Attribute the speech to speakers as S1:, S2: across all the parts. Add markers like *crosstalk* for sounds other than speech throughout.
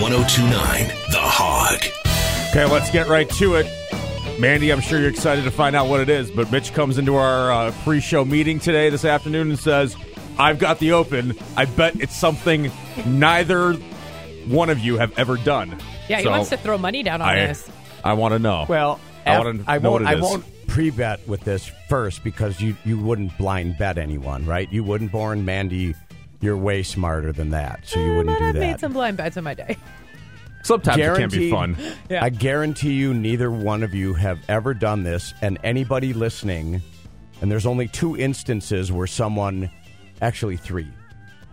S1: 1029 The Hog.
S2: Okay, let's get right to it. Mandy, I'm sure you're excited to find out what it is, but Mitch comes into our uh, pre show meeting today, this afternoon, and says, I've got the open. I bet it's something neither one of you have ever done.
S3: Yeah, he
S2: So,
S3: wants to throw money down on
S2: I,
S3: this.
S2: I want to know.
S4: Well,
S2: I
S4: af-
S2: wanna
S4: I
S2: know
S4: won't.
S2: what it
S4: I
S2: is.
S4: won't pre-bet with this first because you you wouldn't blind bet anyone, right? You wouldn't born Mandy. You're way smarter than that, so you wouldn't
S3: Eh, But
S4: do
S3: I've made
S4: that.
S3: some blind bets in my day.
S2: Sometimes it can
S4: Guaranteed-
S2: be fun. *laughs*
S3: Yeah.
S4: I guarantee you, neither one of you have ever done this, and anybody listening, and there's only two instances where someone, actually three,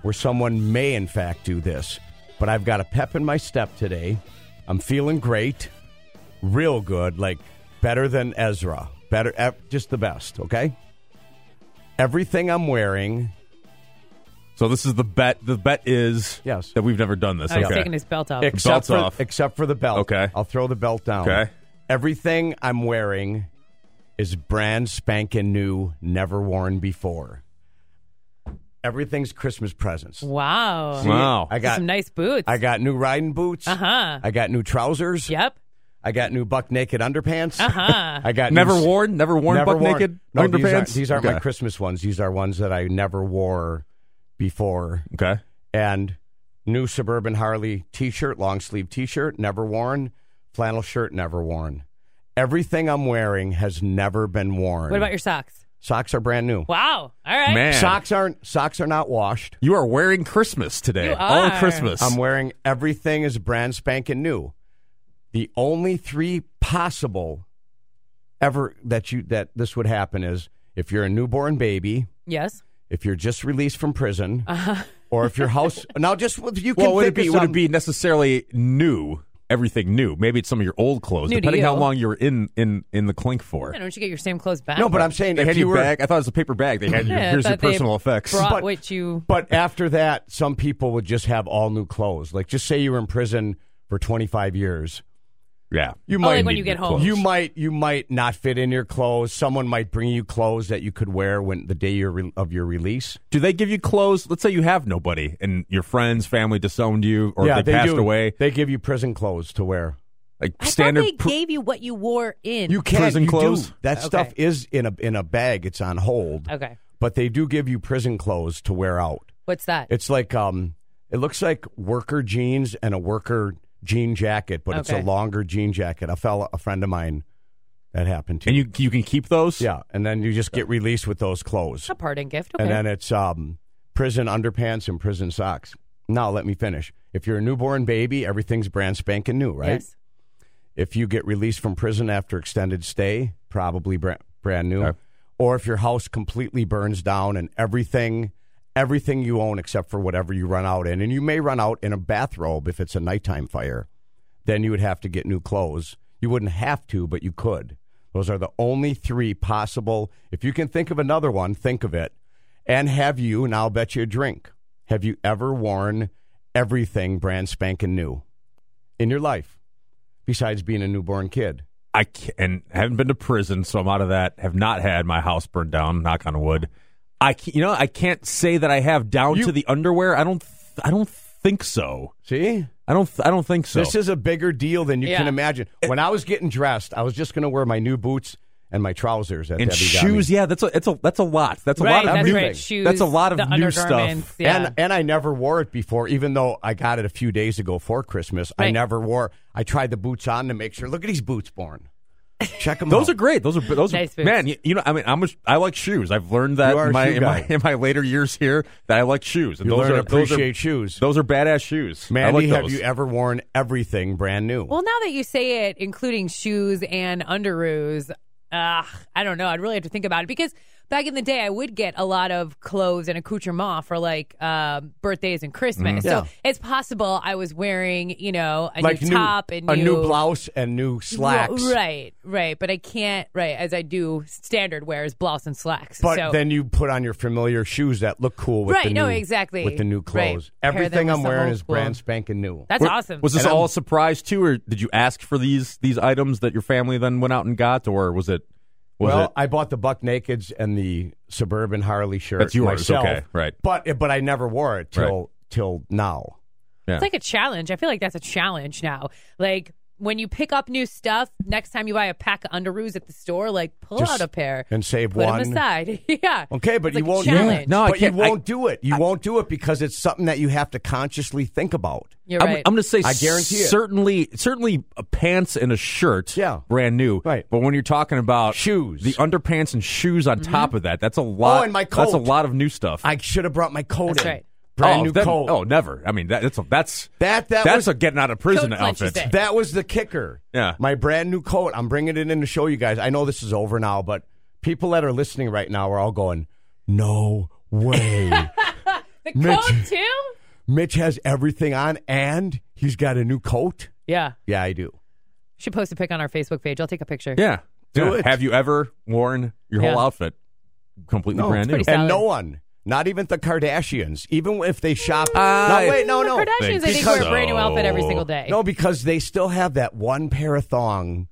S4: where someone may in fact do this. But I've got a pep in my step today. I'm feeling great, real good, like better than Ezra, better, eh, just the best. Okay. Everything I'm wearing,
S2: So this is the bet. The bet is
S4: Yes.
S2: that we've never done this.
S3: Oh, he's
S2: okay.
S3: taking his belt off.
S4: except for,
S2: off.
S4: except for the belt.
S2: Okay.
S4: I'll throw the belt down.
S2: Okay.
S4: Everything I'm wearing is brand spanking new, never worn before. Everything's Christmas presents.
S3: wow.
S2: wow.
S4: I got
S3: some nice boots.
S4: I got new riding boots.
S3: Uh huh.
S4: I got new trousers.
S3: Yep.
S4: I got new buck naked underpants.
S3: Uh huh.
S4: I got
S2: never
S4: new, s-
S2: worn, never worn
S4: never
S2: buck
S4: worn.
S2: naked
S4: No,
S2: underpants.
S4: These aren't, these aren't
S2: okay.
S4: my Christmas ones. These are ones that I never wore before.
S2: Okay.
S4: and new suburban Harley t-shirt, long sleeve t-shirt, never worn, flannel shirt, never worn. Everything I'm wearing has never been worn.
S3: what about your socks?
S4: socks? Are brand new.
S3: Wow. All right.
S2: Man,
S4: Socks aren't. Socks are not washed.
S2: you are wearing Christmas today.
S3: You
S2: All
S3: are.
S2: Christmas.
S4: I'm wearing everything is brand spanking new. The only three possible ever that you that this would happen is if you're a newborn baby,
S3: Yes.
S4: if you're just released from prison,
S3: Uh-huh.
S4: or if your
S3: *laughs*
S4: house now just you can
S2: well, would it
S4: think of
S2: be would it
S4: something-
S2: be necessarily new? Everything new. Maybe it's some of your old clothes,
S3: New to
S2: depending how
S3: you.
S2: long you were in in in the clink for.
S3: Why don't you get your same clothes back?
S4: no, but I'm saying
S2: They
S4: if
S2: had
S4: you were
S2: your bag. I thought it was a paper bag. They had your,
S3: Yeah, I
S2: here's your
S3: thought they
S2: personal effects.
S3: Brought
S4: But-
S3: what you.
S4: But after that, some people would just have all new clothes. Like, just say you were in prison for 25 years.
S2: yeah,
S4: You
S3: like when
S2: need
S3: you get
S2: new
S3: home.
S2: clothes.
S4: You might you might not fit in your clothes. Someone might bring you clothes that you could wear when the day your re- of your release.
S2: do they give you clothes? Let's say you have nobody, and your friends, family disowned you, or they, passed
S4: do.
S2: away.
S4: They give you prison clothes to wear.
S2: Like
S3: I
S2: standard.
S3: thought they
S2: pr-
S3: gave you what you wore in.
S4: You can
S2: Prison
S4: you do.
S2: clothes?
S4: That
S3: Okay.
S4: stuff is in a in a bag. It's on hold.
S3: Okay.
S4: But they do give you prison clothes to wear out.
S3: What's that?
S4: It's like um, it looks like worker jeans and a worker jean jacket, but it's a
S3: Okay.
S4: longer jean jacket. A fella, a friend of mine, that happened to.
S2: and you you can keep those.
S4: yeah, and then you just get released with those clothes,
S3: a parting gift. Okay.
S4: and then it's um, prison underpants and prison socks. Now let me finish. If you're a newborn baby, everything's brand spanking new, right?
S3: Yes.
S4: If you get released from prison after extended stay, probably brand, brand new.
S2: Okay.
S4: Or if your house completely burns down and everything everything you own except for whatever you run out in and you may run out in a bathrobe if it's a nighttime fire, then you would have to get new clothes. You wouldn't have to, but you could. Those are the only 3 possible. If you can think of another one, think of it. And have you, and I'll bet you a drink. Have you ever worn everything brand spanking new in your life? besides being a newborn kid.
S2: I can, and haven't been to prison, so I'm out of that. Have not had my house burned down. Knock on wood. I can, you know I can't say that I have down
S4: You-
S2: to the underwear. I don't th- I don't think so.
S4: See?
S2: I don't th- I don't think so. Eh.
S4: This is a bigger deal than you
S3: Yeah.
S4: can imagine. When I was getting dressed, I was just going to wear my new boots and my trousers at
S2: and
S4: Debbie got me.
S2: shoes. Yeah, that's a it's a that's a lot. That's a
S3: right.
S2: lot of
S3: that's
S2: new
S3: right. Shoes.
S2: That's a lot of
S3: the
S2: new stuff.
S3: undergarments, Yeah.
S4: And and I never wore it before, even though I got it a few days ago for Christmas. I
S3: Right.
S4: never wore. I tried the boots on to make sure. Look at these boots, born. Check them.
S2: Those
S4: out.
S2: are great. Those are those
S3: Nice
S2: are
S3: boots.
S2: man. You, you know, I mean, I'm a, I like shoes. I've learned that
S4: You are a
S2: in my,
S4: shoe
S2: in my
S4: guy.
S2: in my later years here that I like shoes. And
S4: You
S2: those
S4: learn to
S2: are those are-
S4: appreciate shoes.
S2: Those are badass shoes. I
S4: Mandy,
S2: like
S4: have
S2: those.
S4: you ever worn everything brand new?
S3: Well, now that you say it, including shoes and underoos, uh, I don't know. I'd really have to think about it because back in the day, I would get a lot of clothes and accoutrements for like um, birthdays and Christmas. So
S4: Yeah.
S3: it's possible I was wearing, you know, a
S4: like
S3: new top and
S4: a new blouse and new slacks.
S3: Right, right. But I can't, right, as I do, standard wear is blouse and slacks.
S4: But
S3: so,
S4: then you put on your familiar shoes that look cool with
S3: Right,
S4: the new,
S3: no, exactly.
S4: with the new
S3: Right.
S4: clothes.
S3: Pair them
S4: Everything
S3: with
S4: I'm
S3: some
S4: wearing
S3: old
S4: is brand
S3: school.
S4: spanking new.
S3: that's
S2: Were-
S3: awesome.
S2: Was this
S4: And I'm-
S2: all a surprise too, or did you ask for these these items that your family then went out and got, or was it? Was
S4: well,
S2: it?
S4: I bought the buck nakeds and the suburban Harley shirt
S2: That's yours,
S4: myself.
S2: okay, right.
S4: But but I never wore it till till now.
S2: Yeah.
S3: It's like a challenge. I feel like that's a challenge now. Like when you pick up new stuff, next time you buy a pack of underoos at the store, like pull
S4: Just-
S3: out a pair
S4: and save
S3: put
S4: one.
S3: them aside. *laughs* yeah.
S4: Okay, but
S3: It's
S4: you
S3: like a
S4: won't.
S3: challenge.
S2: Yeah, no, I
S4: but you
S2: can't- I-
S4: won't do it. You won't do it because it's something that you have to consciously think about.
S3: you're
S2: I'm,
S3: right.
S2: I'm going to say,
S4: I guarantee it.
S2: certainly, certainly, a pants and a shirt,
S4: Yeah.
S2: brand new,
S4: Right.
S2: But when you're talking about
S4: Shoes. Oh,
S2: the underpants and shoes on top
S3: Mm-hmm.
S2: of that, that's a lot.
S4: and my
S2: That's a
S4: coat.
S2: lot of new stuff.
S4: I should have brought my coat
S3: That's
S4: in.
S3: right.
S4: Brand
S2: oh,
S4: new
S2: then-
S4: coat.
S2: Oh, never. I mean, that, that's a, that's
S4: That- that
S2: that's
S4: was-
S2: a getting out of prison
S3: Coat clench, you
S2: outfit.
S3: say.
S4: That was the kicker.
S2: Yeah.
S4: My brand new coat. I'm bringing it in to show you guys. I know this is over now, but people that are listening right now are all going, no way.
S2: *laughs*
S3: the
S4: Mitch-
S3: coat too?
S4: Mitch has everything on and he's got a new coat.
S3: Yeah.
S4: Yeah, I do.
S3: Should post a pic on our Facebook page. I'll take a picture.
S2: Yeah,
S4: Do
S2: Yeah.
S4: it.
S2: Have you ever worn your
S3: Yeah.
S2: whole outfit completely
S4: No,
S2: brand
S4: it's
S2: new?
S3: pretty Solid.
S4: And no one, not even the Kardashians, even if they shop. no, wait, no,
S3: Uh, The
S4: Oh, no.
S3: Kardashians, I think,
S4: Because-
S3: wear a brand new outfit every single day.
S4: No, because they still have that one pair of thong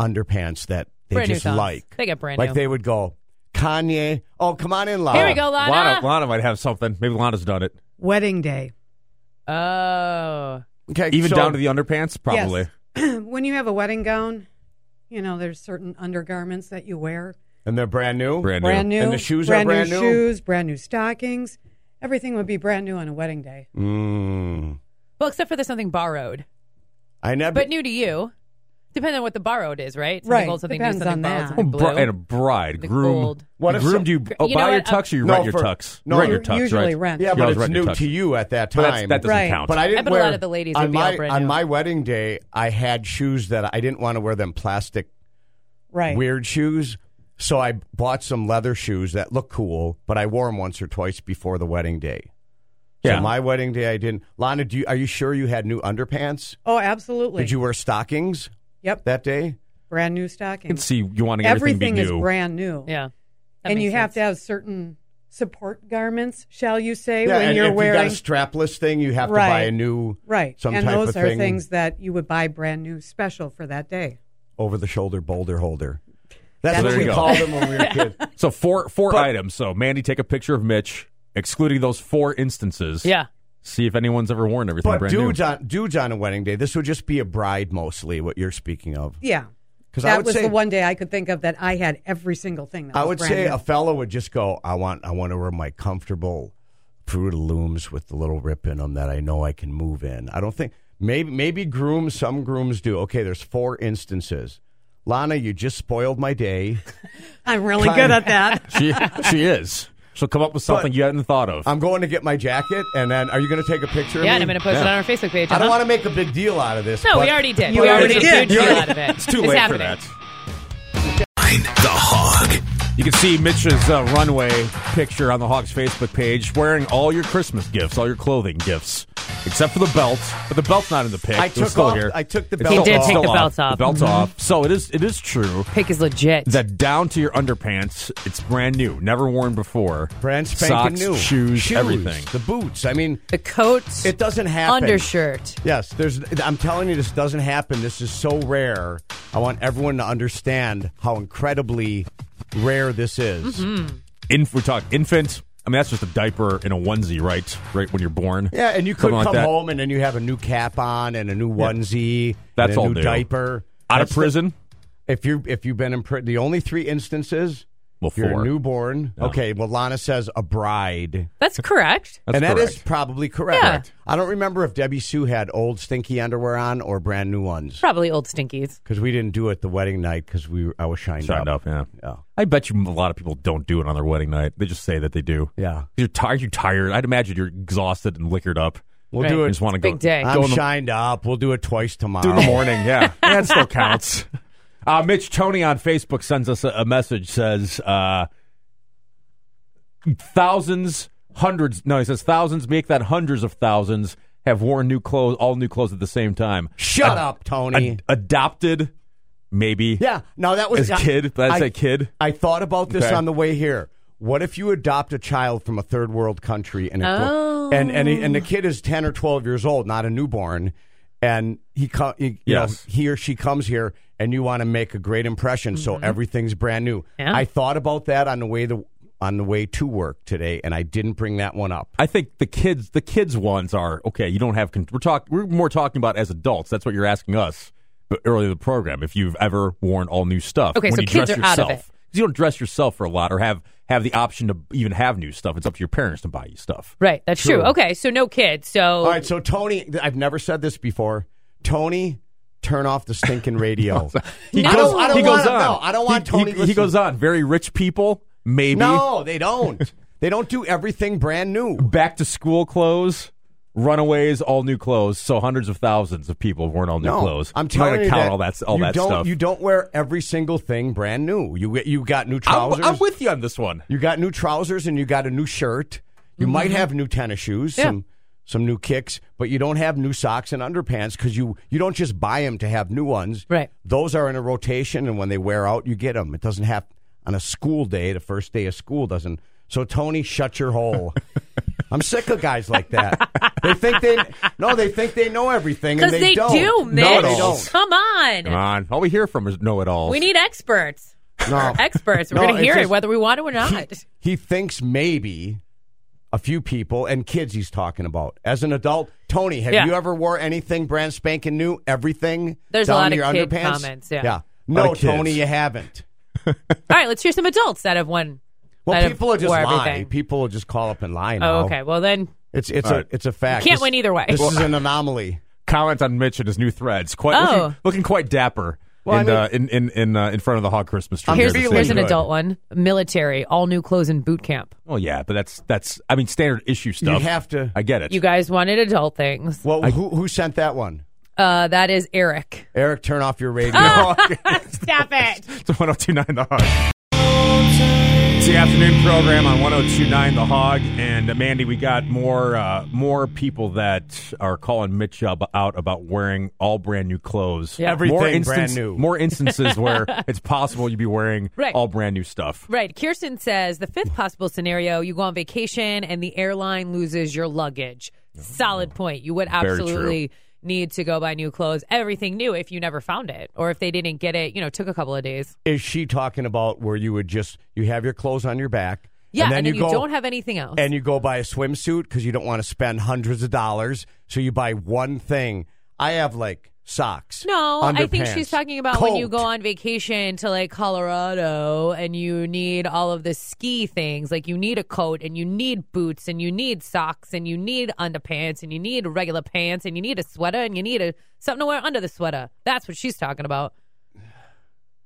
S4: underpants that they
S3: Brand new
S4: just
S3: thongs.
S4: like.
S3: They got brand
S4: like
S3: new.
S4: they would go, Kanye. Oh, come on in, Lana.
S3: Here we go, Lana.
S2: Lana, Lana might have something. Maybe Lana's done it,
S5: Wedding day. *clears throat*
S3: Oh.
S4: Okay,
S2: even
S4: so-
S2: down to the underpants, probably.
S5: Yes. when you have a wedding gown, you know, there's certain undergarments that you wear.
S4: and they're brand new.
S2: Brand new.
S5: Brand new.
S4: And the shoes are
S5: brand
S4: brand
S5: new.
S4: new?
S5: shoes, brand new stockings. Everything would be brand new on a wedding day.
S4: Mm.
S3: Well, except for there's something borrowed,
S4: I never.
S3: but new to you. Depends on what the borrowed is, right? Something
S5: Right.
S3: Gold, something
S5: Depends
S3: new, something
S5: on
S3: borrowed,
S5: that.
S2: Oh,
S3: something
S2: bro-
S3: blue.
S2: and a bride,
S3: The
S2: groom.
S3: gold.
S4: What if
S2: groom?
S4: some-
S2: Do you, oh,
S3: You know
S2: buy your
S3: what, uh,
S2: tux or you
S4: No,
S2: rent your
S4: for-
S2: tux?
S4: no,
S2: rent your
S4: you
S2: tux,
S5: usually
S2: right?
S5: rent.
S4: yeah,
S2: You
S4: but
S2: always
S4: it's
S2: rent your
S4: new
S2: tux.
S4: to you at that
S2: But that's-
S4: time.
S2: that doesn't
S5: Right.
S2: count.
S4: But I didn't
S3: bet a
S4: wear
S3: lot of the ladies would
S4: on
S3: be all
S4: my
S3: brand
S4: on
S3: new.
S4: my wedding day. I had shoes that I didn't want to wear them plastic
S5: Right.
S4: weird shoes. So I bought some leather shoes that look cool, but I wore them once or twice before the wedding day.
S2: yeah,
S4: So my wedding day, I didn't. Lana, do you, are you sure you had new underpants?
S5: Oh, absolutely.
S4: Did you wear stockings
S5: Yep.
S4: that day?
S5: brand new
S2: I can
S5: stockings.
S2: see you wanting everything,
S5: Everything
S2: to be
S5: is
S2: new.
S5: brand new.
S3: yeah. That
S5: and
S3: makes
S5: you have to
S3: sense.
S5: have certain support garments, shall you say,
S4: yeah,
S5: when
S4: and
S5: you're
S4: if
S5: wearing
S4: you got a strapless thing, you have to buy
S5: Right.
S4: a new
S5: right.
S4: some
S5: and
S4: type
S5: those
S4: of
S5: are
S4: thing.
S5: things that you would buy brand new special for that day.
S4: over the shoulder boulder holder. That's
S2: So
S4: what
S2: there
S4: we
S2: you go.
S4: called them when we were kids.
S2: So four four
S4: But-
S2: items. So Mandy, take a picture of Mitch, excluding those four instances.
S3: Yeah.
S2: See if anyone's ever worn everything
S4: But
S2: brand
S4: dudes
S2: new.
S4: on dudes on a wedding day, this would just be a bride mostly. What you're speaking of,
S5: Yeah.
S4: 'Cause I
S5: that
S4: would
S5: was
S4: say-
S5: the one day I could think of that I had every single thing. That
S4: I
S5: was
S4: would
S5: brand
S4: say
S5: new.
S4: a fellow would just go, "I want, I want to wear my comfortable Fruit of Looms with the little rip in them that I know I can move in." I don't think maybe maybe grooms, some grooms do. Okay, there's four instances. Lana, you just spoiled
S3: *laughs*
S4: my day.
S5: I'm really good at that.
S4: *laughs*
S2: she she is. She'll come up with something you hadn't thought of.
S4: I'm going to get my jacket, and then are you going to take a picture?
S3: Yeah, and
S4: of me?
S3: I'm going to post it
S2: Yeah.
S3: on our Facebook page.
S4: I
S3: uh-huh.
S4: don't want to make a big deal out of this.
S3: No, we
S4: but-
S3: already did.
S4: but
S3: We
S4: it's
S3: already
S4: just-
S3: did.
S2: You
S3: a
S2: already-
S3: lot of it.
S2: It's too
S3: It's
S2: late
S3: happening.
S2: for that.
S1: Nine, The Hog.
S2: You can see Mitch's uh, runway picture on the Hawks Facebook page, wearing all your Christmas gifts, all your clothing gifts, except for the belt. But the belt's not in the pic.
S4: I
S2: It's
S4: took
S2: still
S4: off-
S2: here.
S4: I took the
S2: It's
S4: belt
S2: still
S4: He did
S2: off.
S4: take
S2: Still
S3: the belt off.
S2: The belt's
S3: Mhm.
S2: off. So it is. It is true
S3: Pick is legit.
S2: that down to your underpants, it's brand new, never worn before.
S4: Brand spanking
S2: Socks,
S4: new
S2: shoes, everything.
S4: the boots. I mean,
S3: the coat,
S4: it doesn't happen.
S3: undershirt.
S4: Yes, there's. I'm telling you, this doesn't happen. This is so rare. I want everyone to understand how incredibly rare this is.
S2: Inf- we talk infant. I mean, that's just a diaper and a onesie, right? Right when you're born.
S4: Yeah, and you could
S2: Something like
S4: come
S2: that.
S4: home and then you have a new cap on and a new onesie.
S2: That's
S4: and a
S2: all
S4: new
S2: new.
S4: diaper
S2: out
S4: That's
S2: of prison.
S4: The, if you if you've been in prison, the only three instances.
S2: Well,
S4: You're
S2: four.
S4: a newborn.
S2: No.
S4: Okay. Well, Lana says a bride,
S3: That's correct.
S2: That's
S4: and that is
S2: correct.
S4: probably correct.
S3: Yeah. Correct.
S4: I don't remember if Debbie Sue had old stinky underwear on or brand new ones
S3: Probably old stinkies.
S4: because we didn't do it the wedding night because we were- I was shined,
S2: Signed up, yeah.
S4: Yeah.
S2: I bet you a lot of people don't do it on their wedding night. They just say that they do.
S4: Yeah.
S2: You're tired. You're tired. I'd imagine you're exhausted and liquored up.
S4: We'll
S3: Right.
S4: do
S2: You
S4: it. Oh.
S2: just want to go.
S3: Big day.
S2: Go
S4: I'm
S2: in the,
S4: shined up. We'll do it twice
S2: do it in the
S4: tomorrow.
S2: morning.
S4: *laughs*
S2: Yeah, that still counts. Uh, Mitch Tony on Facebook sends us a, a message. Says uh, thousands, hundreds. No, he says thousands. Make that hundreds of thousands have worn new clothes, all new clothes at the same time.
S4: Shut up, Tony.
S2: Ad- adopted, maybe.
S4: yeah. Now that was
S2: As a kid, but I say kid.
S4: I thought about this
S2: Okay.
S4: on the way here. What if you adopt a child from a third world country and it,
S3: Oh.
S4: and and he- and the kid is ten or twelve years old, not a newborn, and he co- he, you
S2: Yes.
S4: know, he or she comes here
S2: Mm-hmm.
S4: and you want to make a great impression, so everything's brand new.
S3: Yeah.
S4: I thought about that on the way the on the way to work today, and I didn't bring that one up.
S2: I think the kids, the kids ones are okay. You don't have. Con- we're talking. We're more talking about as adults. That's what you're asking us. But earlier in the program, if you've ever worn all new stuff,
S3: Okay,
S2: when
S3: so
S2: you
S3: kids
S2: dress
S3: are out of
S2: yourself, 'Cause you don't dress yourself for a lot, or have have the option to even have new stuff. It's up to your parents to buy you stuff.
S3: Right. That's true.
S2: True.
S3: Okay. So no kids. So
S4: All right, so Tony, I've never said this before. Tony, turn off the stinking
S2: *laughs*
S4: radio.
S2: He
S3: No.
S2: goes.
S3: I don't
S2: he goes
S4: wanna-
S2: on.
S4: no, I don't want
S2: He-
S4: Tony
S2: He, he
S4: listening.
S2: goes on. Very rich people, maybe.
S4: no, they
S2: *laughs*
S4: don't. they don't do everything brand new.
S2: Back to school clothes. Runaways, all new clothes. So hundreds of thousands of people have worn all new
S4: No,
S2: clothes.
S4: I'm
S2: not
S4: telling
S2: gonna
S4: you
S2: count
S4: that
S2: all that all
S4: you
S2: that
S4: don't,
S2: stuff.
S4: You don't wear every single thing brand new. You you got new
S2: I'm-
S4: trousers.
S2: I'm, with you on this one.
S4: You got new trousers and you got a new shirt. You might
S3: Mm-hmm.
S4: have new tennis shoes, some some new kicks, but you don't have new socks and underpants because you you don't just buy them to have new ones.
S3: Right.
S4: Those are in a rotation, and when they wear out, you get them. It doesn't have on a school day. The first day of school doesn't. So Tony, shut
S3: *laughs*
S4: your hole. I'm sick of guys like that. They think they no, they think they know everything,
S3: because
S4: and
S3: they,
S4: they, don't.
S3: do, Mitch.
S4: No, they don't.
S3: Come on.
S2: Come on. All we hear from is know it all.
S3: We need experts.
S4: No.
S3: Experts. We're
S4: No,
S3: going to
S4: it's
S3: hear it
S4: just-
S3: whether we want it or
S4: *laughs*
S3: not.
S4: he, he thinks maybe a few people and kids he's talking about. As an adult, Tony, have
S3: Yeah.
S4: you ever wore anything brand spanking new? Everything?
S3: There's a
S4: down
S3: lot
S4: to
S3: of
S4: your
S3: kid
S4: underpants?
S3: comments, yeah.
S2: Lot
S4: No,
S2: of kids.
S4: Tony, you haven't.
S3: All right. Let's hear some adults that have won. that
S4: Well,
S3: have
S4: people are just
S3: wore
S4: lying.
S3: everything.
S4: People will just call up and lie now.
S3: Oh, okay. Well, then
S4: It's it's a
S2: right.
S4: it's a fact.
S3: You can't
S4: This-
S3: win either way.
S4: This
S3: Well-
S4: is an anomaly.
S2: Comment on Mitch and his new threads. Quite
S3: Oh.
S2: looking, looking quite dapper
S4: Well, I
S2: in,
S4: mean-
S2: uh, in in in uh, in front of the Hog Christmas tree.
S4: I'm
S3: Um, here's,
S2: here this
S4: feeling
S3: here's an
S2: evening.
S4: good.
S3: adult one military, all new clothes and boot camp.
S2: Well, yeah, but that's that's I mean standard issue stuff.
S4: have to-
S2: I get it.
S3: You guys wanted adult things.
S4: Well, who who sent that one?
S3: Uh, that is Eric.
S4: Eric, turn off your radio.
S3: Ah! Stop it.
S2: *laughs* It's 1029 The Hog. It's the afternoon program on 1029 The Hog. And uh, Mandy, we got more uh, more people that are calling Mitch up out about wearing all brand new clothes.
S3: Yeah.
S4: Everything
S2: more
S4: brand new.
S2: More instances
S4: *laughs*
S2: where it's possible you'd be wearing
S3: Right.
S2: all brand new stuff.
S3: *laughs* Right. Kirsten says the fifth possible scenario you go on vacation and the airline loses your luggage. Solid point. You would
S2: Very true.
S3: absolutely need to go buy new clothes, everything new if you never found it or if they didn't get it, you know, took a couple of days.
S4: Is she talking about where you would just you have your clothes on your back?
S3: Yeah.
S4: and then, you, go,
S3: don't have anything else.
S4: and you go buy a swimsuit because you don't want to spend hundreds of dollars. So you buy one thing. I have like socks.
S3: no, I think
S4: underpants,
S3: she's talking about when you
S4: coat.
S3: go on vacation to like Colorado and you need all of the ski things. Like you need a coat and you need boots and you need socks and you need underpants and you need regular pants and you need a sweater and you need a something to wear under the sweater. That's what she's talking about.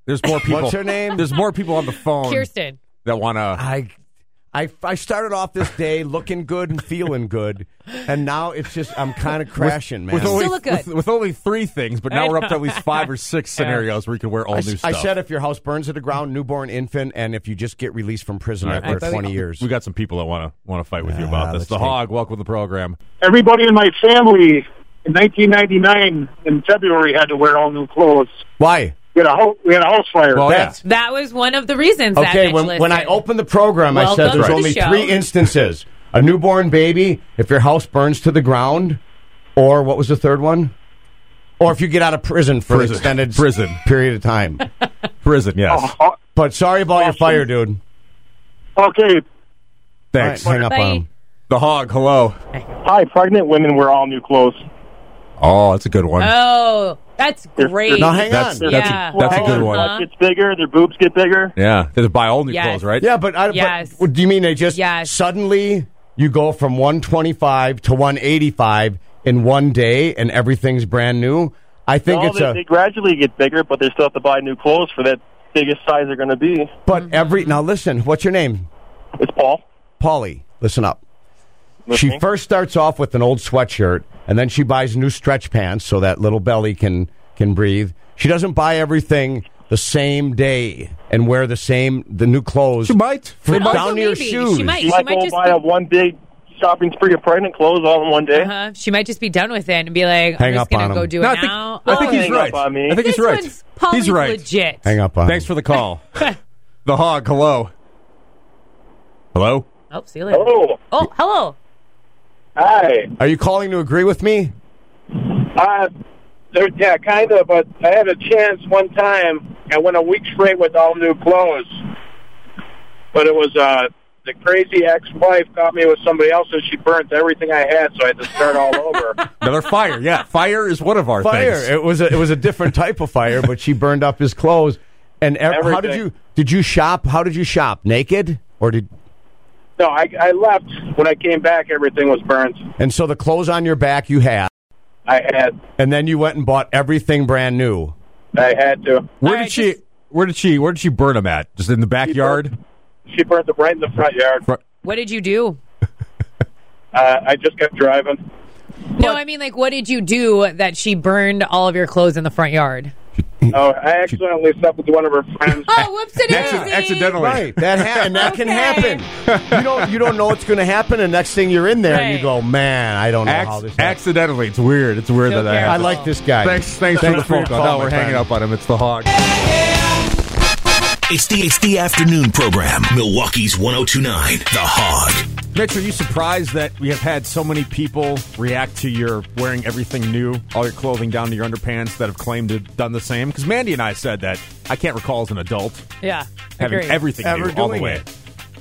S2: There's more people.
S4: What's her name?
S2: There's more people on the phone
S3: Kirsten.
S2: that want to.
S4: I, I, I started off this day looking good and feeling good, and now it's just I'm kind of crashing, man.
S2: With
S3: Still
S2: only,
S3: look good.
S2: with, with only three things, but now we're up to
S3: *laughs*
S2: at least five or six scenarios where you can wear all
S4: I,
S2: new
S4: s- I
S2: stuff.
S4: said if your house burns to the ground, newborn infant, and if you just get released from prison
S2: All right,
S4: after
S2: let's-
S4: 20 years.
S2: We got some people that want to want to fight with you about
S4: Ah,
S2: this.
S4: let's
S2: The
S4: take-
S2: Hog, welcome to the program.
S6: everybody in my family in 1999 in February had to wear all new clothes.
S4: Why?
S6: We had a house, we had a house fire.
S2: Well,
S4: That's-
S2: Oh, yeah.
S3: That was one of the reasons. that bitch
S4: Okay, when, when I
S3: listed.
S4: opened the program, I
S3: Welcome
S4: said there's
S3: to the
S4: only
S3: show.
S4: three instances a newborn baby, if your house burns to the ground, or what was the third one? Or if you get out of prison for
S2: Prison.
S4: an extended
S2: Prison.
S4: period of
S2: *laughs*
S4: time.
S2: prison. Yes,
S6: Oh,
S4: But sorry about your fire, dude.
S6: okay.
S2: thanks.
S4: All right, hang up on
S3: Bye.
S4: him.
S2: The Hog, hello.
S6: Hi, pregnant women wear all new clothes.
S2: Oh, that's a good one.
S3: Oh, that's great.
S4: Now hang
S2: that's
S4: on.
S2: that's,
S3: Yeah.
S2: a, that's a good
S6: Their
S2: one.
S6: butt gets bigger, their boobs get bigger.
S2: Yeah, they buy all new
S3: Yes.
S2: clothes, right?
S4: Yeah, but, I, but-
S3: Yes.
S4: what do you mean they just
S3: Yes.
S4: suddenly you go from 125 to 185 in one day and everything's brand new? I think
S6: Well,
S4: it's
S6: they,
S4: a.
S6: they gradually get bigger, but they still have to buy new clothes for that biggest size they're going to be.
S3: Mm-hmm.
S4: But every. Now listen, what's your name?
S6: It's Paul.
S4: Polly, listen up. She
S6: Listening.
S4: first starts off with an old sweatshirt, and then she buys new stretch pants so that little belly can can breathe. She doesn't buy everything the same day and wear the same the new clothes.
S2: She might.
S4: for
S3: But also
S4: down to your
S3: maybe. She
S4: shoes.
S6: You
S3: might-
S6: might
S3: might
S6: go
S3: just
S6: buy
S3: be-
S6: a one big shopping spree of pregnant clothes all in one day.
S3: Uh-huh. She might just be done with it and be like,
S4: Hang
S3: I'm just
S4: up on
S3: going to go
S4: him.
S3: do
S2: No,
S3: it
S2: I think,
S3: now.
S2: I think
S6: Oh,
S2: he's
S6: hang
S2: right.
S6: up on me.
S2: I think
S3: this
S2: he's right.
S3: one's probably
S2: he's right.
S3: legit.
S4: Hang up on.
S2: Thanks
S4: him.
S2: for
S3: *laughs*
S2: the call. the Hog, hello. Hello.
S3: Oh, see you later.
S6: Oh,
S3: Oh, hello.
S6: hi.
S4: Are you calling to agree with me?
S6: Uh, there, yeah, kind of, but I had a chance one time. I went a week straight with all new clothes, but it was uh, a crazy ex-wife got me with somebody else, and she burnt everything I had, so I had to start all over.
S2: Another fire. Yeah, fire is one of our
S4: fire.
S2: things.
S4: It was a, it was a different type of fire, but she burned up his clothes. And ev- how did
S6: Everything.
S4: you did you shop? How did you shop? Naked or did
S6: No, I, I left. When I came back, everything was burnt.
S4: and so the clothes on your back you had,
S6: I had,
S4: and then you went and bought everything brand new.
S6: I had to.
S3: All
S2: Where did
S3: right,
S2: she?
S3: just-
S2: Where did she? Where did she burn them at? Just in the backyard.
S6: She burnt them right in the front yard.
S2: Front-
S3: What did you do?
S6: Uh, I just kept driving.
S3: No, I mean, like, what did you do that she burned all of your clothes in the front yard?
S7: Mm.
S6: Oh, I accidentally slept with one of her friends.
S3: Oh, whoopsie
S2: Acci- accidentally.
S4: Right, *laughs* that ha- and that can
S3: Okay.
S4: happen. You don't you don't know what's going to happen, and next thing you're in there, and you
S3: Right.
S4: go, man, I don't know how
S2: Acc-
S4: this. happened."
S2: accidentally. It's weird. It's weird
S3: Don't
S2: that I.
S3: care.
S4: I like this guy.
S2: Thanks. Thanks, for the phone call. No,
S4: my
S2: we're hanging
S4: friend.
S2: up on him. It's the hog.
S1: It's the it's the afternoon program. Milwaukee's 1029 The Hog.
S2: Mitch, are you surprised that we have had so many people react to your wearing everything new, all your clothing down to your underpants, that have claimed to have done the same? Because Mandy and I said that I can't recall as an adult
S3: Yeah.
S2: having
S3: agreed.
S2: everything
S4: Ever
S2: new all the
S4: doing
S2: way.
S4: it.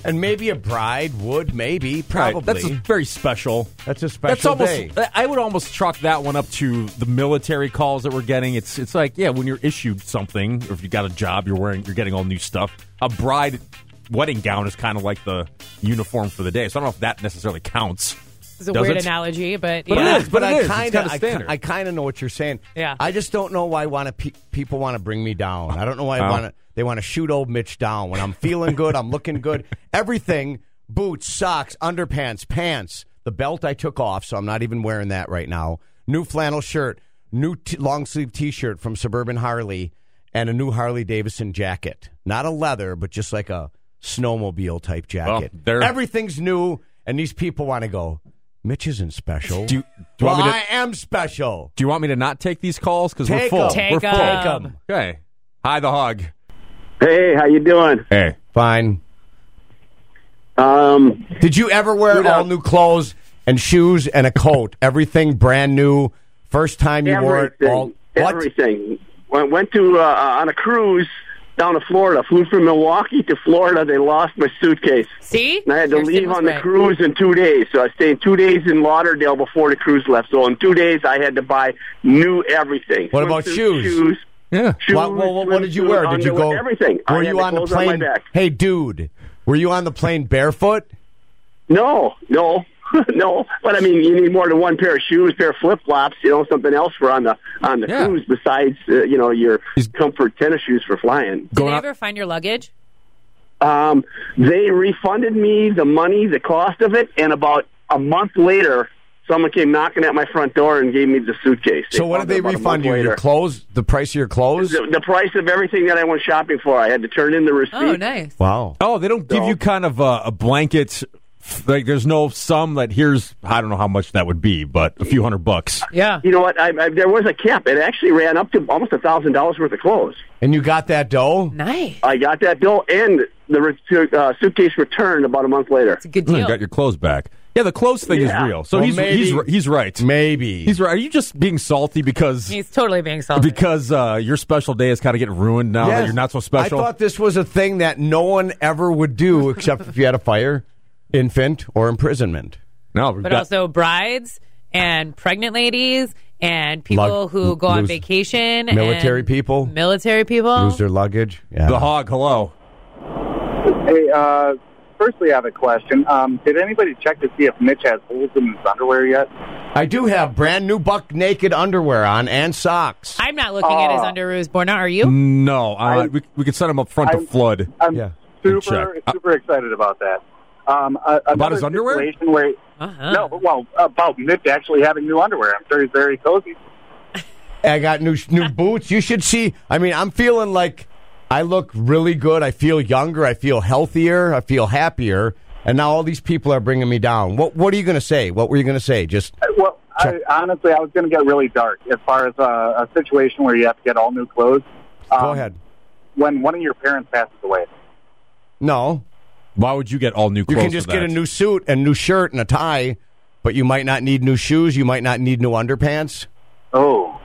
S4: And maybe a bride would, maybe,
S2: Right,
S4: probably.
S2: That's a very special.
S4: That's a
S2: That's
S4: special
S2: almost.
S4: day.
S2: I would almost chalk that one up to the military calls that we're getting. It's it's like yeah, when you're issued something, or if you got a job, you're wearing you're getting all new stuff. A bride wedding gown is kind of like the uniform for the day. So I don't know if that necessarily counts.
S3: It's a
S2: Does
S3: weird
S2: it?
S3: analogy, but,
S2: But it
S3: yeah.
S2: is. but it It's
S4: I
S2: kinda
S4: I-
S2: standard.
S4: I, kind of know what you're saying.
S3: Yeah.
S4: I just don't know why want to pe- people want to bring me down. I don't know why
S2: Wow.
S4: I want to. They want to shoot old Mitch down when I'm feeling good. I'm looking good. Everything: boots, socks, underpants, pants. The belt I took off, so I'm not even wearing that right now. New flannel shirt, new t- long sleeve T-shirt from Suburban Harley, and a new Harley Davidson jacket. Not a leather, but just like a snowmobile type jacket.
S2: they're-
S4: Everything's new, and these people want to go. Mitch isn't special.
S2: Do you- do you want
S4: Well,
S2: me to-
S4: I am special.
S2: Do you want me to not take these calls because we're
S4: Take
S2: full?
S4: 'em.
S3: Take
S2: we're full.
S3: 'em.
S4: Take 'em.
S2: Okay. Hi, the hog.
S7: *laughs* Hey, how you doing?
S2: Hey.
S4: Fine.
S7: Um,
S4: Did you ever wear
S7: You know-
S4: all new clothes and shoes and a coat? Everything brand new. First time you wore it.
S7: everything,
S4: All what?
S7: everything. Went, went to uh, on a cruise down to Florida. Flew from Milwaukee to Florida. They lost my suitcase,
S3: See?
S7: and I had to
S3: Your sin
S7: leave
S3: was
S7: on the
S3: right.
S7: cruise in two days. So I stayed two days in Lauderdale before the cruise left. So in two days, I had to buy new everything.
S4: What about
S7: Swimsuits,
S4: shoes?
S7: Shoes.
S2: Yeah.
S7: shoes
S4: What, what- what- what did you
S7: swimsuit,
S4: wear? Did you
S7: underwear,
S4: go?
S7: everything? I
S4: Were
S7: had
S4: you
S7: the
S4: on the
S7: clothes on
S4: plane?
S7: my back.
S4: Hey, dude. Were you on the plane barefoot?
S7: No, no, *laughs* no. But I mean, you need more than one pair of shoes, pair of flip flops, you know, something else for on the on the
S2: Yeah.
S7: cruise besides uh, you know your comfort tennis shoes for flying.
S3: Did
S2: Going
S3: they
S2: out-
S3: ever find your luggage?
S7: Um, they refunded me the money, the cost of it, and about a month later, someone came knocking at my front door and gave me the suitcase.
S4: So what did
S7: found
S4: they
S7: it about a
S4: refund
S7: month
S4: you? Your
S7: later.
S4: clothes? The price of your clothes?
S7: The, the price of everything that I went shopping for, I had to turn in the receipt.
S3: Oh, nice.
S4: Wow.
S2: Oh, they don't give
S7: No.
S2: you kind of a, a blanket. Like, there's no sum that here's, I don't know how much that would be, but a few hundred bucks.
S3: Yeah.
S7: You know what? I, I, there was a cap. It actually ran up to almost a thousand dollars worth of clothes.
S4: And you got that dough?
S3: Nice.
S7: I got that bill and the re- uh, suitcase returned about a month later.
S3: It's a good
S2: You
S3: deal.
S2: Hmm, got your clothes back. Yeah, the clothes thing
S7: Yeah.
S2: is real. So
S4: Well,
S2: he's,
S4: maybe-
S2: he's r- he's right.
S4: Maybe.
S2: He's right. Are you just being salty because
S3: He's totally being selfish.
S2: because uh, your special day is kind of getting ruined now that
S4: Yes.
S2: you're not so special?
S4: I thought this was a thing that no one ever would do except if you had a fire, infant, or imprisonment.
S2: no, we've
S3: but
S2: got-
S3: also brides and pregnant ladies and people
S4: Lug-
S3: who go on
S4: lose-
S3: vacation.
S4: military
S3: and
S4: people.
S3: Military people.
S4: Lose their luggage. Yeah.
S2: the hog. Hello.
S8: Hey, uh, firstly, I have a question. Um, did anybody check to see if Mitch has holes in his underwear yet?
S4: I do have brand new buck naked underwear on and socks.
S3: I'm not looking at
S7: Ah.
S3: his underoos, Borna. Are you?
S2: No, uh, we, we could set him up front to
S8: I-
S2: flood.
S8: I'm
S4: Yeah,
S2: good
S8: super,
S2: check. Uh,
S8: super excited about that. Um, uh, another
S2: his underwear?
S8: situation Where,
S3: Uh-huh.
S8: no, but, well, about Mitch actually having new underwear. I'm sure he's very cozy.
S4: I got new new boots. You should see. I mean, I'm feeling like I look really good. I feel younger. I feel healthier. I feel happier. And now all these people are bringing me down. What What are you going to say? What were you going to say? Just
S8: Uh, Well, I, honestly, I was going to get really dark as far as uh, a situation where you have to get all new clothes. Um,
S4: go ahead.
S8: When one of your parents passes away.
S4: No,
S2: Why would you get all new
S4: you
S2: clothes?
S4: can
S2: for
S4: just get a
S2: that?
S4: new suit and new shirt and a tie, but you might not need new shoes. You might not need new underpants.
S8: Oh.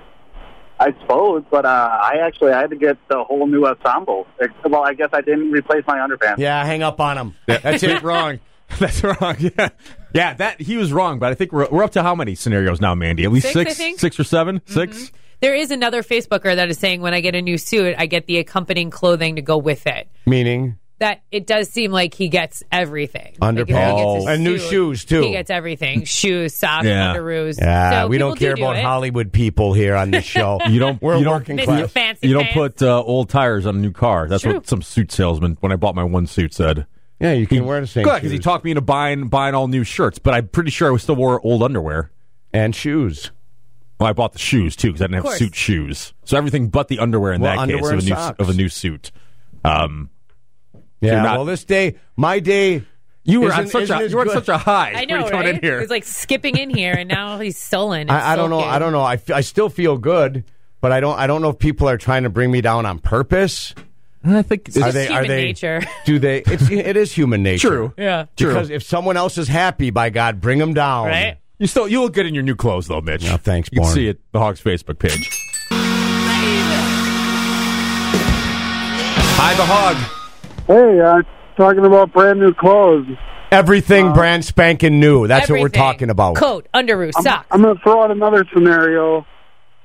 S8: I, I suppose, but uh, I actually I had to get the whole new ensemble. Well, I guess I didn't replace my underpants.
S4: Yeah, hang up on him. That's *laughs* it.
S2: wrong. *laughs* That's wrong. *laughs* Yeah, yeah. That he was wrong, but I think we're, we're up to how many scenarios now, Mandy? At least
S3: Six, I
S2: six,
S3: think.
S2: six or 7
S4: Mm-hmm.
S2: Six.
S3: There is another Facebooker that is saying when I get a new suit, I get the accompanying clothing to go with it.
S4: Meaning,
S3: That it does seem like he gets everything. Like, if he
S4: Underpants.
S3: gets a
S4: And new
S3: suit,
S4: shoes, too.
S3: He gets everything: shoes, socks,
S2: Yeah.
S3: underoos.
S4: yeah,
S3: So
S4: we
S3: people
S4: don't care
S3: do do
S4: about
S3: it.
S4: Hollywood people here on this show.
S2: *laughs* You don't.
S4: We're
S2: you don't-
S4: working
S3: Mr.
S4: class.
S3: Fancy
S2: You don't
S3: Pants.
S2: put uh, old tires on a new car. That's
S3: True.
S2: what some suit salesman when I bought my one suit said.
S4: Yeah, you can wear the same
S2: Good, because he
S4: shoes.
S2: talked me into buying buying all new shirts, but I'm pretty sure I still wore old underwear.
S4: and shoes.
S2: Well, I bought the shoes too because I didn't have
S3: course.
S2: suit shoes. So everything but the underwear in
S4: Well,
S2: that case
S4: underwear
S2: of a,
S4: and
S2: new,
S4: socks.
S2: of a new suit. Um,
S4: Yeah.
S2: not-
S4: well, this day, my day,
S2: you were on
S4: Isn't-
S2: such
S4: isn't
S2: a
S4: it
S2: you were on
S4: good?
S2: such a high.
S3: I
S2: when
S3: know,
S2: you coming
S3: right?
S2: in here.
S3: He's like skipping in here, and now he's sullen.
S4: I, I don't know. I don't know. I, f- I still feel good, but I don't. I don't know if people are trying to bring me down on purpose.
S2: I think
S4: are
S2: it's
S4: they?
S3: human
S4: are they?
S3: nature.
S4: Do they?
S3: *laughs*
S4: It's, it is human nature.
S2: true.
S3: Yeah.
S2: true.
S4: Because if someone else is happy, by God, bring them down.
S3: Right?
S2: you still you look good in your new clothes though, Mitch.
S4: No, thanks,
S2: You can
S4: Bourne.
S2: see it the Hogs Facebook page. Hi, the Hog.
S6: Hey, uh, talking about brand new clothes.
S4: Everything brand spanking new. That's what
S3: Everything.
S4: we're talking about.
S3: Coat, underoos, socks.
S6: I'm going to throw out another scenario.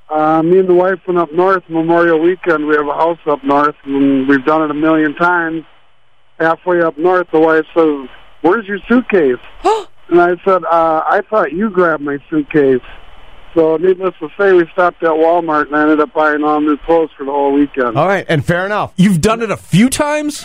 S6: Uh, me and the wife went up north Memorial weekend. We have a house up north, and we've done it a million times. Halfway up north, the wife says, "Where's your suitcase?" and I said, uh, "I thought you grabbed my suitcase." So, needless to say, we stopped at Walmart, and I ended up buying all new clothes for the whole weekend.
S4: All right, and fair enough.
S2: You've done it a few times.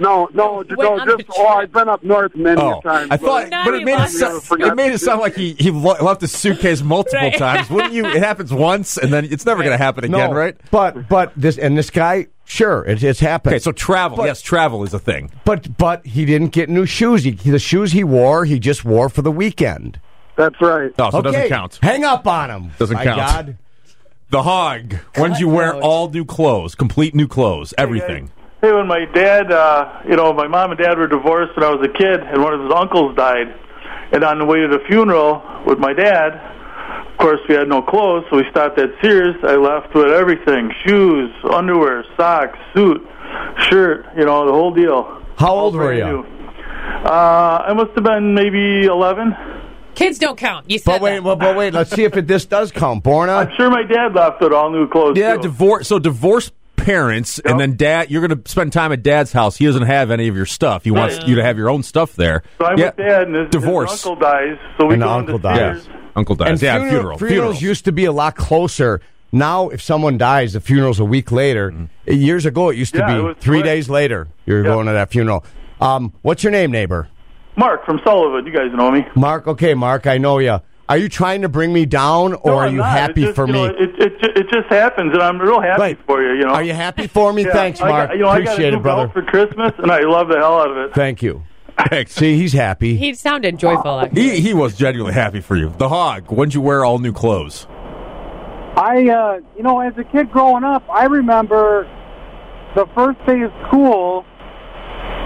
S6: No, no, no,
S3: on the
S6: just oh, I've been up north many
S2: Oh,
S6: times.
S2: I
S6: but-
S2: thought,
S3: Now
S2: but it
S3: you
S2: made it,
S3: lost
S2: so,
S6: it. Forgot
S2: it made it
S6: to
S2: sound like he, he lo- left his suitcase multiple
S3: Right.
S2: times. Wouldn't you? It happens once, and then it's never going to happen again, right?
S4: But but this and this guy, sure, it, it's happened.
S2: Okay, so travel. yes, travel is a thing.
S4: but but he didn't get new shoes. He, the shoes he wore, he just wore for the weekend.
S6: That's right.
S2: Oh, so it
S4: Okay,
S2: doesn't count.
S4: Hang up on him.
S2: Doesn't
S4: My
S2: count.
S4: God.
S2: The hog. When did you wear all new clothes, complete new clothes, everything?
S8: Hey, when my dad, uh, you know, my mom and dad were divorced when I was a kid, and one of his uncles died. And on the way to the funeral with my dad, of course, we had no clothes, so we stopped at Sears. I left with everything shoes, underwear, socks, suit, shirt, you know, the whole deal.
S4: How old
S8: All
S4: were
S8: brand
S4: you?
S8: new. Uh, I must have been maybe 11.
S3: Kids don't count. You said
S4: But wait,
S3: that.
S4: but, but wait. Let's see if it, this does count,
S8: I'm
S4: Borna.
S8: sure my dad left with all new clothes.
S2: Yeah,
S8: too.
S2: divorce. So divorced parents, and then dad. You're going to spend time at dad's house. He doesn't have any of your stuff. He wants
S8: Right.
S2: you to have your own stuff there.
S8: So I'm
S2: yeah.
S8: with dad, and his,
S2: divorce.
S8: his uncle dies. So we
S4: And the
S8: go
S4: uncle
S8: into
S4: dies.
S2: yeah,
S8: Sears.
S2: uncle dies.
S4: And
S2: yeah,
S4: funeral-
S2: funeral.
S4: funerals
S2: *laughs*
S4: used to be a lot closer. Now, if someone dies, the funeral's a week later. Years ago, it used to
S8: Yeah, it
S4: be
S8: was
S4: three
S8: quick.
S4: days later. You're
S8: Yeah.
S4: going to that funeral. Um, what's your name, neighbor?
S8: Mark from Sullivan. You guys know me.
S4: Mark. Okay, Mark. I know you. Are you trying to bring me down, or
S8: No,
S4: are
S8: I'm
S4: you
S8: not. It
S4: happy
S8: just,
S4: for
S8: you
S4: me?
S8: know, it, it, ju- it just happens, and I'm real happy
S4: Right.
S8: for you. You know.
S4: Are you happy for
S8: *laughs*
S4: me?
S8: Yeah,
S4: Thanks,
S8: I got-
S4: Mark.
S8: you know, I got
S4: Appreciate
S8: a
S4: it,
S8: new
S4: brother.
S8: belt for Christmas, and I love the hell out of it.
S4: Thank you.
S2: Thanks.
S4: See, he's happy.
S3: he sounded
S4: Oh,
S3: joyful. Actually.
S2: He, he was genuinely happy for you. The hog. When'd you wear all new clothes?
S6: I, uh, you know, as a kid growing up, I remember the first day of school.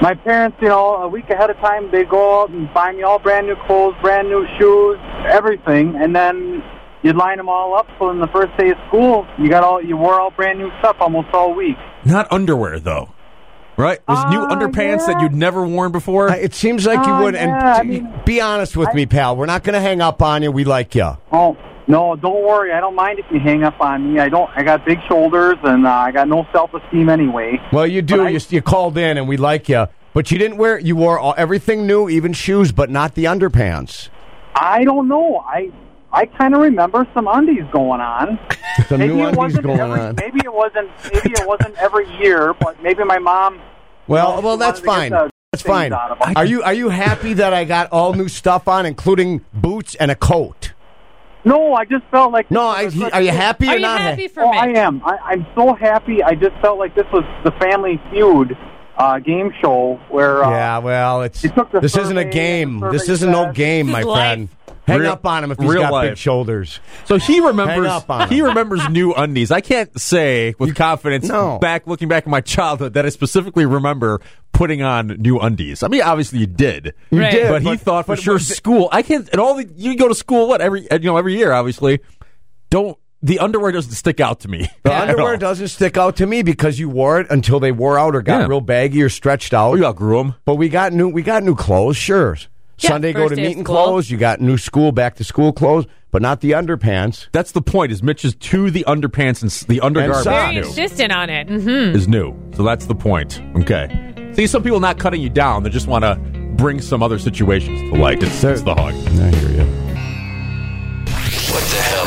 S6: My parents, you know, a week ahead of time, they go out and buy me all brand new clothes, brand new shoes, everything, and then you'd line them all up. So in the first day of school, you got all you wore all brand new stuff almost all week.
S2: Not underwear though, right? It was new
S8: Ah,
S6: Uh,
S2: underpants that
S6: yeah.
S2: you'd never worn before.
S4: Uh, It seems like you
S6: Oh,
S4: would.
S6: yeah, I
S4: and
S6: mean-
S4: be honest with me, pal. We're not going to hang up on you. We like you.
S6: Oh no, don't worry. I don't mind if you hang up on me. I don't. I got big shoulders and uh, I got no self esteem anyway.
S4: Well, you do.
S6: But I-
S4: you, you called in, and we like you. But you didn't wear. You wore all, everything new, even shoes, but not the underpants.
S6: I don't know. I I kind of remember some undies going on.
S4: The *laughs* new undies going
S6: every,
S4: on.
S6: Maybe it wasn't. Maybe it wasn't every year, but maybe my mom.
S4: Well,
S6: you know,
S4: well,
S6: she
S4: that's
S6: wanted to
S4: fine.
S6: get the
S4: That's
S6: things
S4: fine.
S6: out of 'em.
S4: Are you are you happy that I got all new stuff on, including boots and a coat?
S6: No, I just felt like
S4: No, I, are you happy or
S3: Are you
S4: not? ha-
S3: happy for
S6: Oh,
S3: me?
S6: I am. I, I'm so happy. I just felt like this was the Family Feud uh, game show where. Uh,
S4: Yeah, well, it's
S6: He took the
S4: this isn't a
S6: survey and
S4: game.
S6: the
S4: This
S6: survey
S4: isn't no
S6: said-
S4: game,
S3: This
S4: my
S3: is
S4: friend. Hang
S2: Real-
S4: up on him if he's
S2: real
S4: got big
S2: life.
S6: *laughs*
S4: shoulders.
S2: So he remembers.
S4: Hang up on
S2: He
S4: him.
S2: remembers new undies. I can't say with confidence.
S4: No.
S2: Back looking back at my childhood, that I specifically remember putting on new undies. I mean, obviously you did. You
S3: Right. did,
S2: but, he
S4: but-
S2: thought for
S4: but-
S2: sure
S4: but-
S2: school. I can't. And all the you go to school what every you know every year obviously. Don't the underwear doesn't stick out to me. *laughs*
S4: The
S2: at
S4: underwear
S2: all.
S4: doesn't stick out to me because you wore it until they wore out or got
S2: Yeah.
S4: real baggy or stretched out.
S2: Oh, you outgrew them.
S4: But we got new we got new clothes, sure.
S3: Yeah,
S4: Sunday go
S3: first
S4: to
S3: day of
S4: meeting
S3: school.
S4: clothes. You got new school back to school clothes, but not the underpants.
S2: That's the point. Is Mitch is to the underpants and s- the undergarments
S4: socks.
S3: Very
S2: new,
S3: insistent on it. hmm
S2: is new. So that's the point. Okay. See, some people not cutting you down. They just want to bring some other situations to light. It's, it's the hog.
S4: I hear you.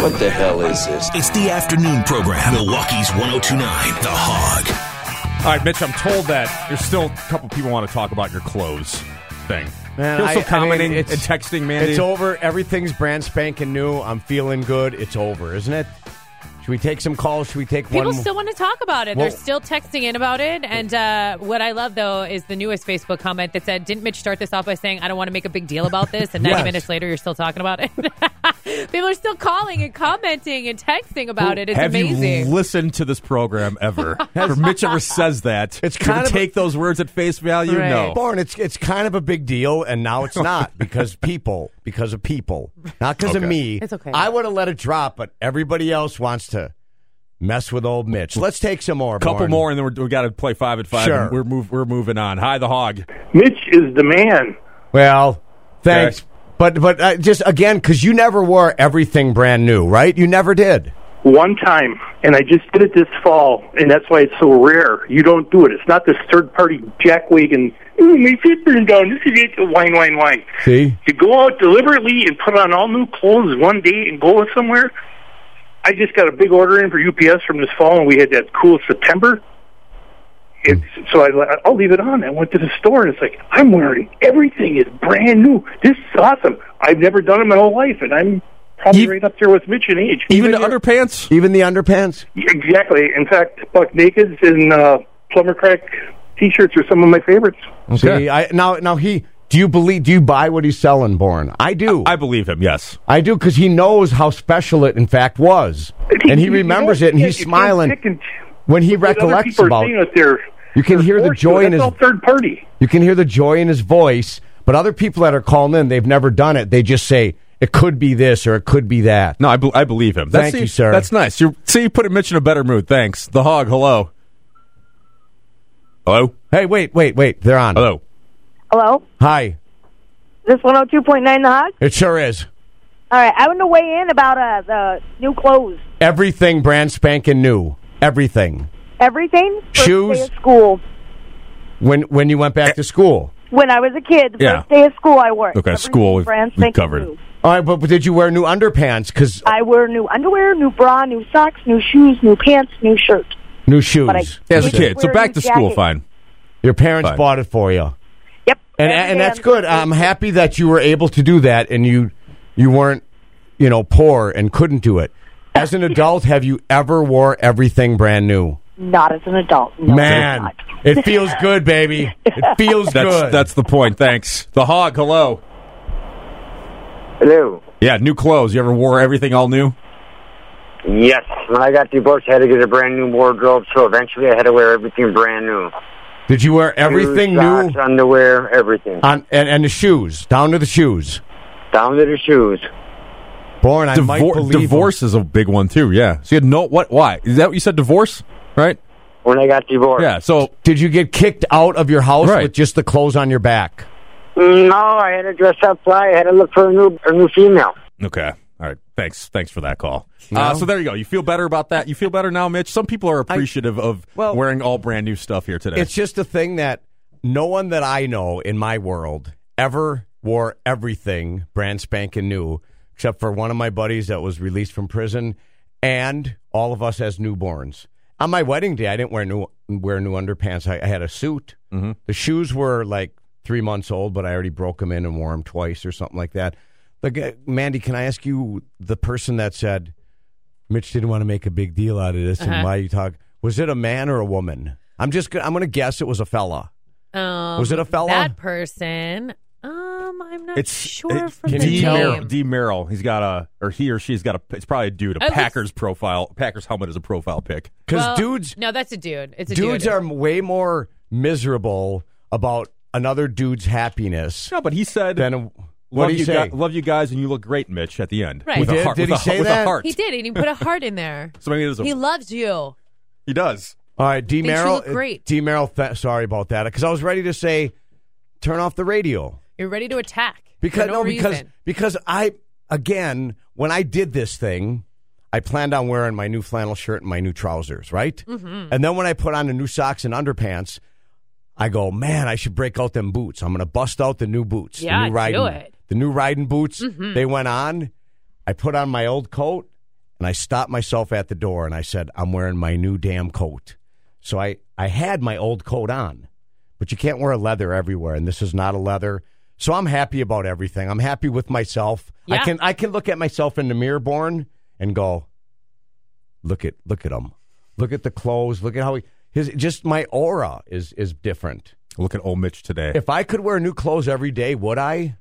S9: What the hell is this?
S1: It's the afternoon program. Milwaukee's 1029 The Hog.
S2: All right, Mitch. I'm told that there's still a couple people want to talk about your clothes thing.
S4: Man,
S2: You're also
S4: I- I
S2: commenting
S4: mean, it's-
S2: and texting, man.
S4: It's over. Everything's brand spanking new. I'm feeling good. It's over, isn't it? Should we take some calls? Should we take
S3: People
S4: one?
S3: still want to talk about it.
S4: Well-
S3: They're still texting in about it. And uh, what I love, though, is the newest Facebook comment that said, Didn't Mitch start this off by saying, I don't want to make a big deal about this? And 90
S4: Yes.
S3: minutes later, you're still talking about it. *laughs* People are still calling and commenting and texting about it. It's
S2: Have
S3: amazing.
S2: you listened to this program
S3: *laughs*
S2: ever? Or Mitch ever says that?
S4: It's
S2: do you ever
S4: kind of a-
S2: take those words at face value.
S3: Right.
S2: No.
S4: Barn, it's it's kind of a big deal, and now it's
S2: *laughs*
S4: not because people, because of people, not because of me.
S3: It's okay.
S4: I would have let it drop, but everybody else wants to mess with old Mitch. Let's take some more.
S2: couple
S4: Barn.
S2: more, and then we're, we got to play five at five.
S4: Sure.
S2: and we're move, we're moving on. Hi, the hog.
S8: Mitch is the man.
S4: Well, thanks,
S2: Okay.
S4: but but uh, just again because you never wore everything brand new, right? You never did.
S8: One time, and I just did it this fall, and that's why it's so rare. You don't do it. It's not this third party jackwagon. Ooh, my sister's down. This is it. Wine, wine, wine.
S4: See,
S8: To go out deliberately and put on all new clothes one day and go somewhere. I just got a big order in for UPS from this fall, and we had that cool September. It's, so I, le- I'll leave it on. I went to the store, and it's like I'm wearing everything is brand new. This is awesome. I've never done it my whole life, and I'm probably
S2: Ev-
S8: right up there with Mitch in age.
S2: Even the
S8: your-
S2: underpants.
S4: even the underpants.
S8: Exactly. In fact, buck nakeds and uh, plumber crack t-shirts are some of my favorites.
S4: See, I, now now he. Do you believe? Do you buy what he's selling, Born? I do.
S2: I believe him. Yes.
S4: I do because he knows how special it in fact was, and he
S8: You
S4: remembers
S8: know,
S4: it, and
S8: yeah,
S4: he's
S8: you can't
S4: smiling
S8: pick and-
S4: when he
S8: what other
S4: recollects
S8: people are
S4: about.
S8: saying out there.
S4: You can hear the joy in his.
S8: third party.
S4: You can hear the joy in his voice, but other people that are calling in, they've never done it. They just say it could be this or it could be that.
S2: No, I, bel- I believe him. That's
S4: Thank
S2: see,
S4: you, sir.
S2: That's nice. You see, you put Mitch in a better mood. Thanks. The hog. Hello. Hello.
S4: Hey, wait, wait, wait. They're on.
S2: Hello.
S10: Hello?
S4: Hi.
S10: Is this 102.9 The Hog?
S4: It sure is.
S10: All right, I want to weigh in about uh, the new clothes.
S4: Everything brand spanking new. Everything.
S10: Everything? First
S4: Shoes?
S10: Day of school.
S4: When when you went back to school.
S10: When I was a kid, the
S2: Yeah.
S10: first day of school I worked.
S2: Okay,
S10: Everything
S2: school, we've-
S10: brand
S2: we've
S10: spanking
S2: covered.
S10: new.
S4: All right, but, but did you wear new underpants? Because
S10: I wear new underwear, new bra, new socks, new shoes, new pants, new shirt.
S4: new shoes.
S10: I-
S2: As a
S10: Okay.
S2: kid, so
S10: Wear
S2: back
S10: your
S2: to school.
S10: jacket.
S2: Fine.
S4: Your parents
S2: Fine.
S4: bought it for you.
S10: Yep.
S4: and
S10: Every
S4: and
S10: day
S4: that's
S10: I'm-
S4: good. I'm happy that you were able to do that, and you you weren't you know poor and couldn't do it. As an adult, have you ever wore everything brand new?
S10: Not as an adult. No,
S4: Man,
S10: not.
S4: it feels good, baby.
S10: *laughs*
S4: It feels
S2: That's
S4: good.
S2: that's the point. Thanks. The hog. Hello.
S11: Hello.
S2: Yeah. New clothes. You ever wore everything all new?
S11: Yes. When I got divorced, I had to get a brand new wardrobe, so eventually I had to wear everything brand new.
S4: Did you wear everything
S11: Shoes,
S4: new Uh,
S11: socks, underwear, everything.
S4: on and, and the shoes down to the shoes?
S11: Down to the shoes.
S4: Born, I might
S2: Divor-
S4: believe 'em.
S2: divorce is a big one too. Yeah. So you had no what? Why is that? What you said divorce, right?
S11: When I got divorced.
S2: Yeah. So
S4: Did you get kicked out of your house
S2: Right.
S4: with just the clothes on your back?
S11: Mm, No, I had to dress up fly. I had to look for a new a new female.
S2: okay. All right. Thanks. Thanks for that call. Uh, so there you go. You feel better about that. You feel better now, Mitch. Some people are appreciative of
S4: well-
S2: wearing all brand new stuff here today.
S4: It's just a thing that no one that I know in my world ever wore everything brand spanking new, except for one of my buddies that was released from prison, and all of us as newborns. On my wedding day, I didn't wear new wear new underpants. I, I had a suit. The shoes were like three months old, but I already broke them in and wore them twice or something like that. The guy, Mandy, can I ask you the person that said Mitch didn't want to make a big deal out of this,
S3: Uh-huh.
S4: and why you talk? Was it a man or a woman? I'm just gonna, I'm going to guess it was a fella.
S3: Um,
S4: Was it a fella?
S3: That person. Um, I'm not sure
S2: it-
S3: from the
S2: D. Merrill,
S3: name.
S2: D. Merrill. He's got a or he or she's got a. It's probably a dude.
S3: At
S2: A
S3: least-
S2: Packers profile. Packers helmet is a profile pic.
S4: Because
S3: Well,
S4: dudes,
S3: No, that's a dude. It's a
S4: dudes
S3: dude.
S4: are way more miserable about another dude's happiness
S2: No, but he said
S4: than a, What
S2: love
S4: did he
S2: you
S4: say?
S2: guy- love you guys, and you look great, Mitch. At the end,
S3: Right.
S2: With
S3: He
S2: a
S3: did?
S2: heart,
S4: Did
S2: with
S4: he
S2: a,
S4: say
S2: with
S4: that?
S2: A heart.
S3: He did, and he put a heart in
S4: *laughs*
S3: there.
S2: So maybe there's a-
S3: he loves you.
S2: he does.
S4: All right, D
S3: Thinks you
S4: Merrill.
S3: look great.
S4: D Merrill, th- sorry about that because I was ready to say, turn off the radio
S3: You're ready to attack for
S4: because
S3: no,
S4: because
S3: reason.
S4: because I again when I did this thing, I planned on wearing my new flannel shirt and my new trousers, right? Mm-hmm. And then when I put on the new socks and underpants, I go, man, I should break out them boots. I'm going to bust out the new boots.
S3: Yeah,
S4: the
S3: do
S4: new riding,
S3: it. Mm-hmm.
S4: The new riding boots. They went on. I put on my old coat and I stopped myself at the door and I said, I'm wearing my new damn coat. So I, I had my old coat on, but you can't wear leather everywhere, and this is not a leather. So I'm happy about everything. I'm happy with myself.
S3: Yeah.
S4: I can I can look at myself in the mirror, born, and go, look at look at him, look at the clothes, look at how he his just my aura is is different.
S2: Look at old Mitch today.
S4: If I could wear new clothes every day, would I?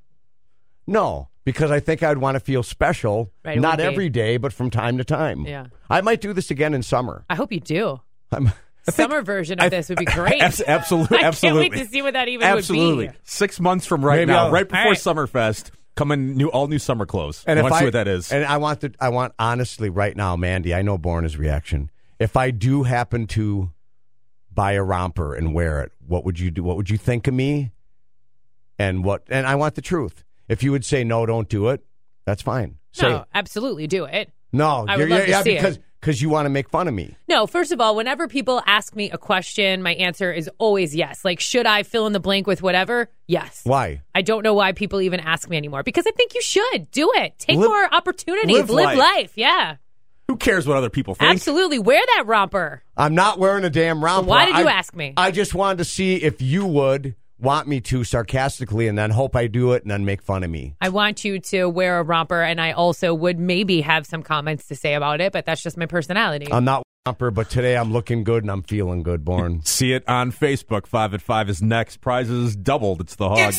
S4: No, because I think I'd want to feel special.
S3: Right, it
S4: Not
S3: would be-
S4: every day, but from time to time.
S3: Yeah.
S4: I might do this again in summer.
S3: I hope you do.
S4: I'm,
S3: Summer version of this would
S2: *laughs*
S3: be great.
S2: absolutely,
S3: *laughs* I can't
S2: absolutely.
S3: wait to see what that even
S2: absolutely.
S3: would be.
S2: Six months from right
S4: Maybe
S2: now,
S4: I'll-
S2: right before
S3: All right.
S2: Summerfest, coming new, all new summer clothes.
S4: And
S2: I
S4: if
S2: want to
S4: I
S2: see what that is.
S4: and I want the, I want honestly right now, Mandy. I know Borna's reaction. If I do happen to buy a romper and wear it, what would you do? What would you think of me? And what? And I want the truth. If you would say no, don't do it. That's fine. Say
S3: No, absolutely do it.
S4: no.
S3: I would
S4: you're-
S3: love to
S4: yeah,
S3: see it.
S4: because because you want to make fun of me.
S3: No, first of all, whenever people ask me a question, my answer is always yes. Like, should I fill in the blank with whatever? Yes.
S4: Why?
S3: I don't know why people even ask me anymore because I think you should do it. Take
S2: Live-
S3: more opportunities.
S2: live life.
S3: Yeah.
S2: Who cares what other people think?
S3: Absolutely. Wear that romper.
S4: I'm not wearing a damn romper.
S3: why did you
S4: I-
S3: ask me?
S4: I just wanted to see if you would want me to sarcastically, and then hope I do it, and then make fun of me.
S3: I want you to wear a romper, and I also would maybe have some comments to say about it, but that's just my personality.
S4: I'm not romper, but today I'm looking good and I'm feeling good, Born.
S2: See it on Facebook. Five at five is next. Prizes doubled. It's the hog.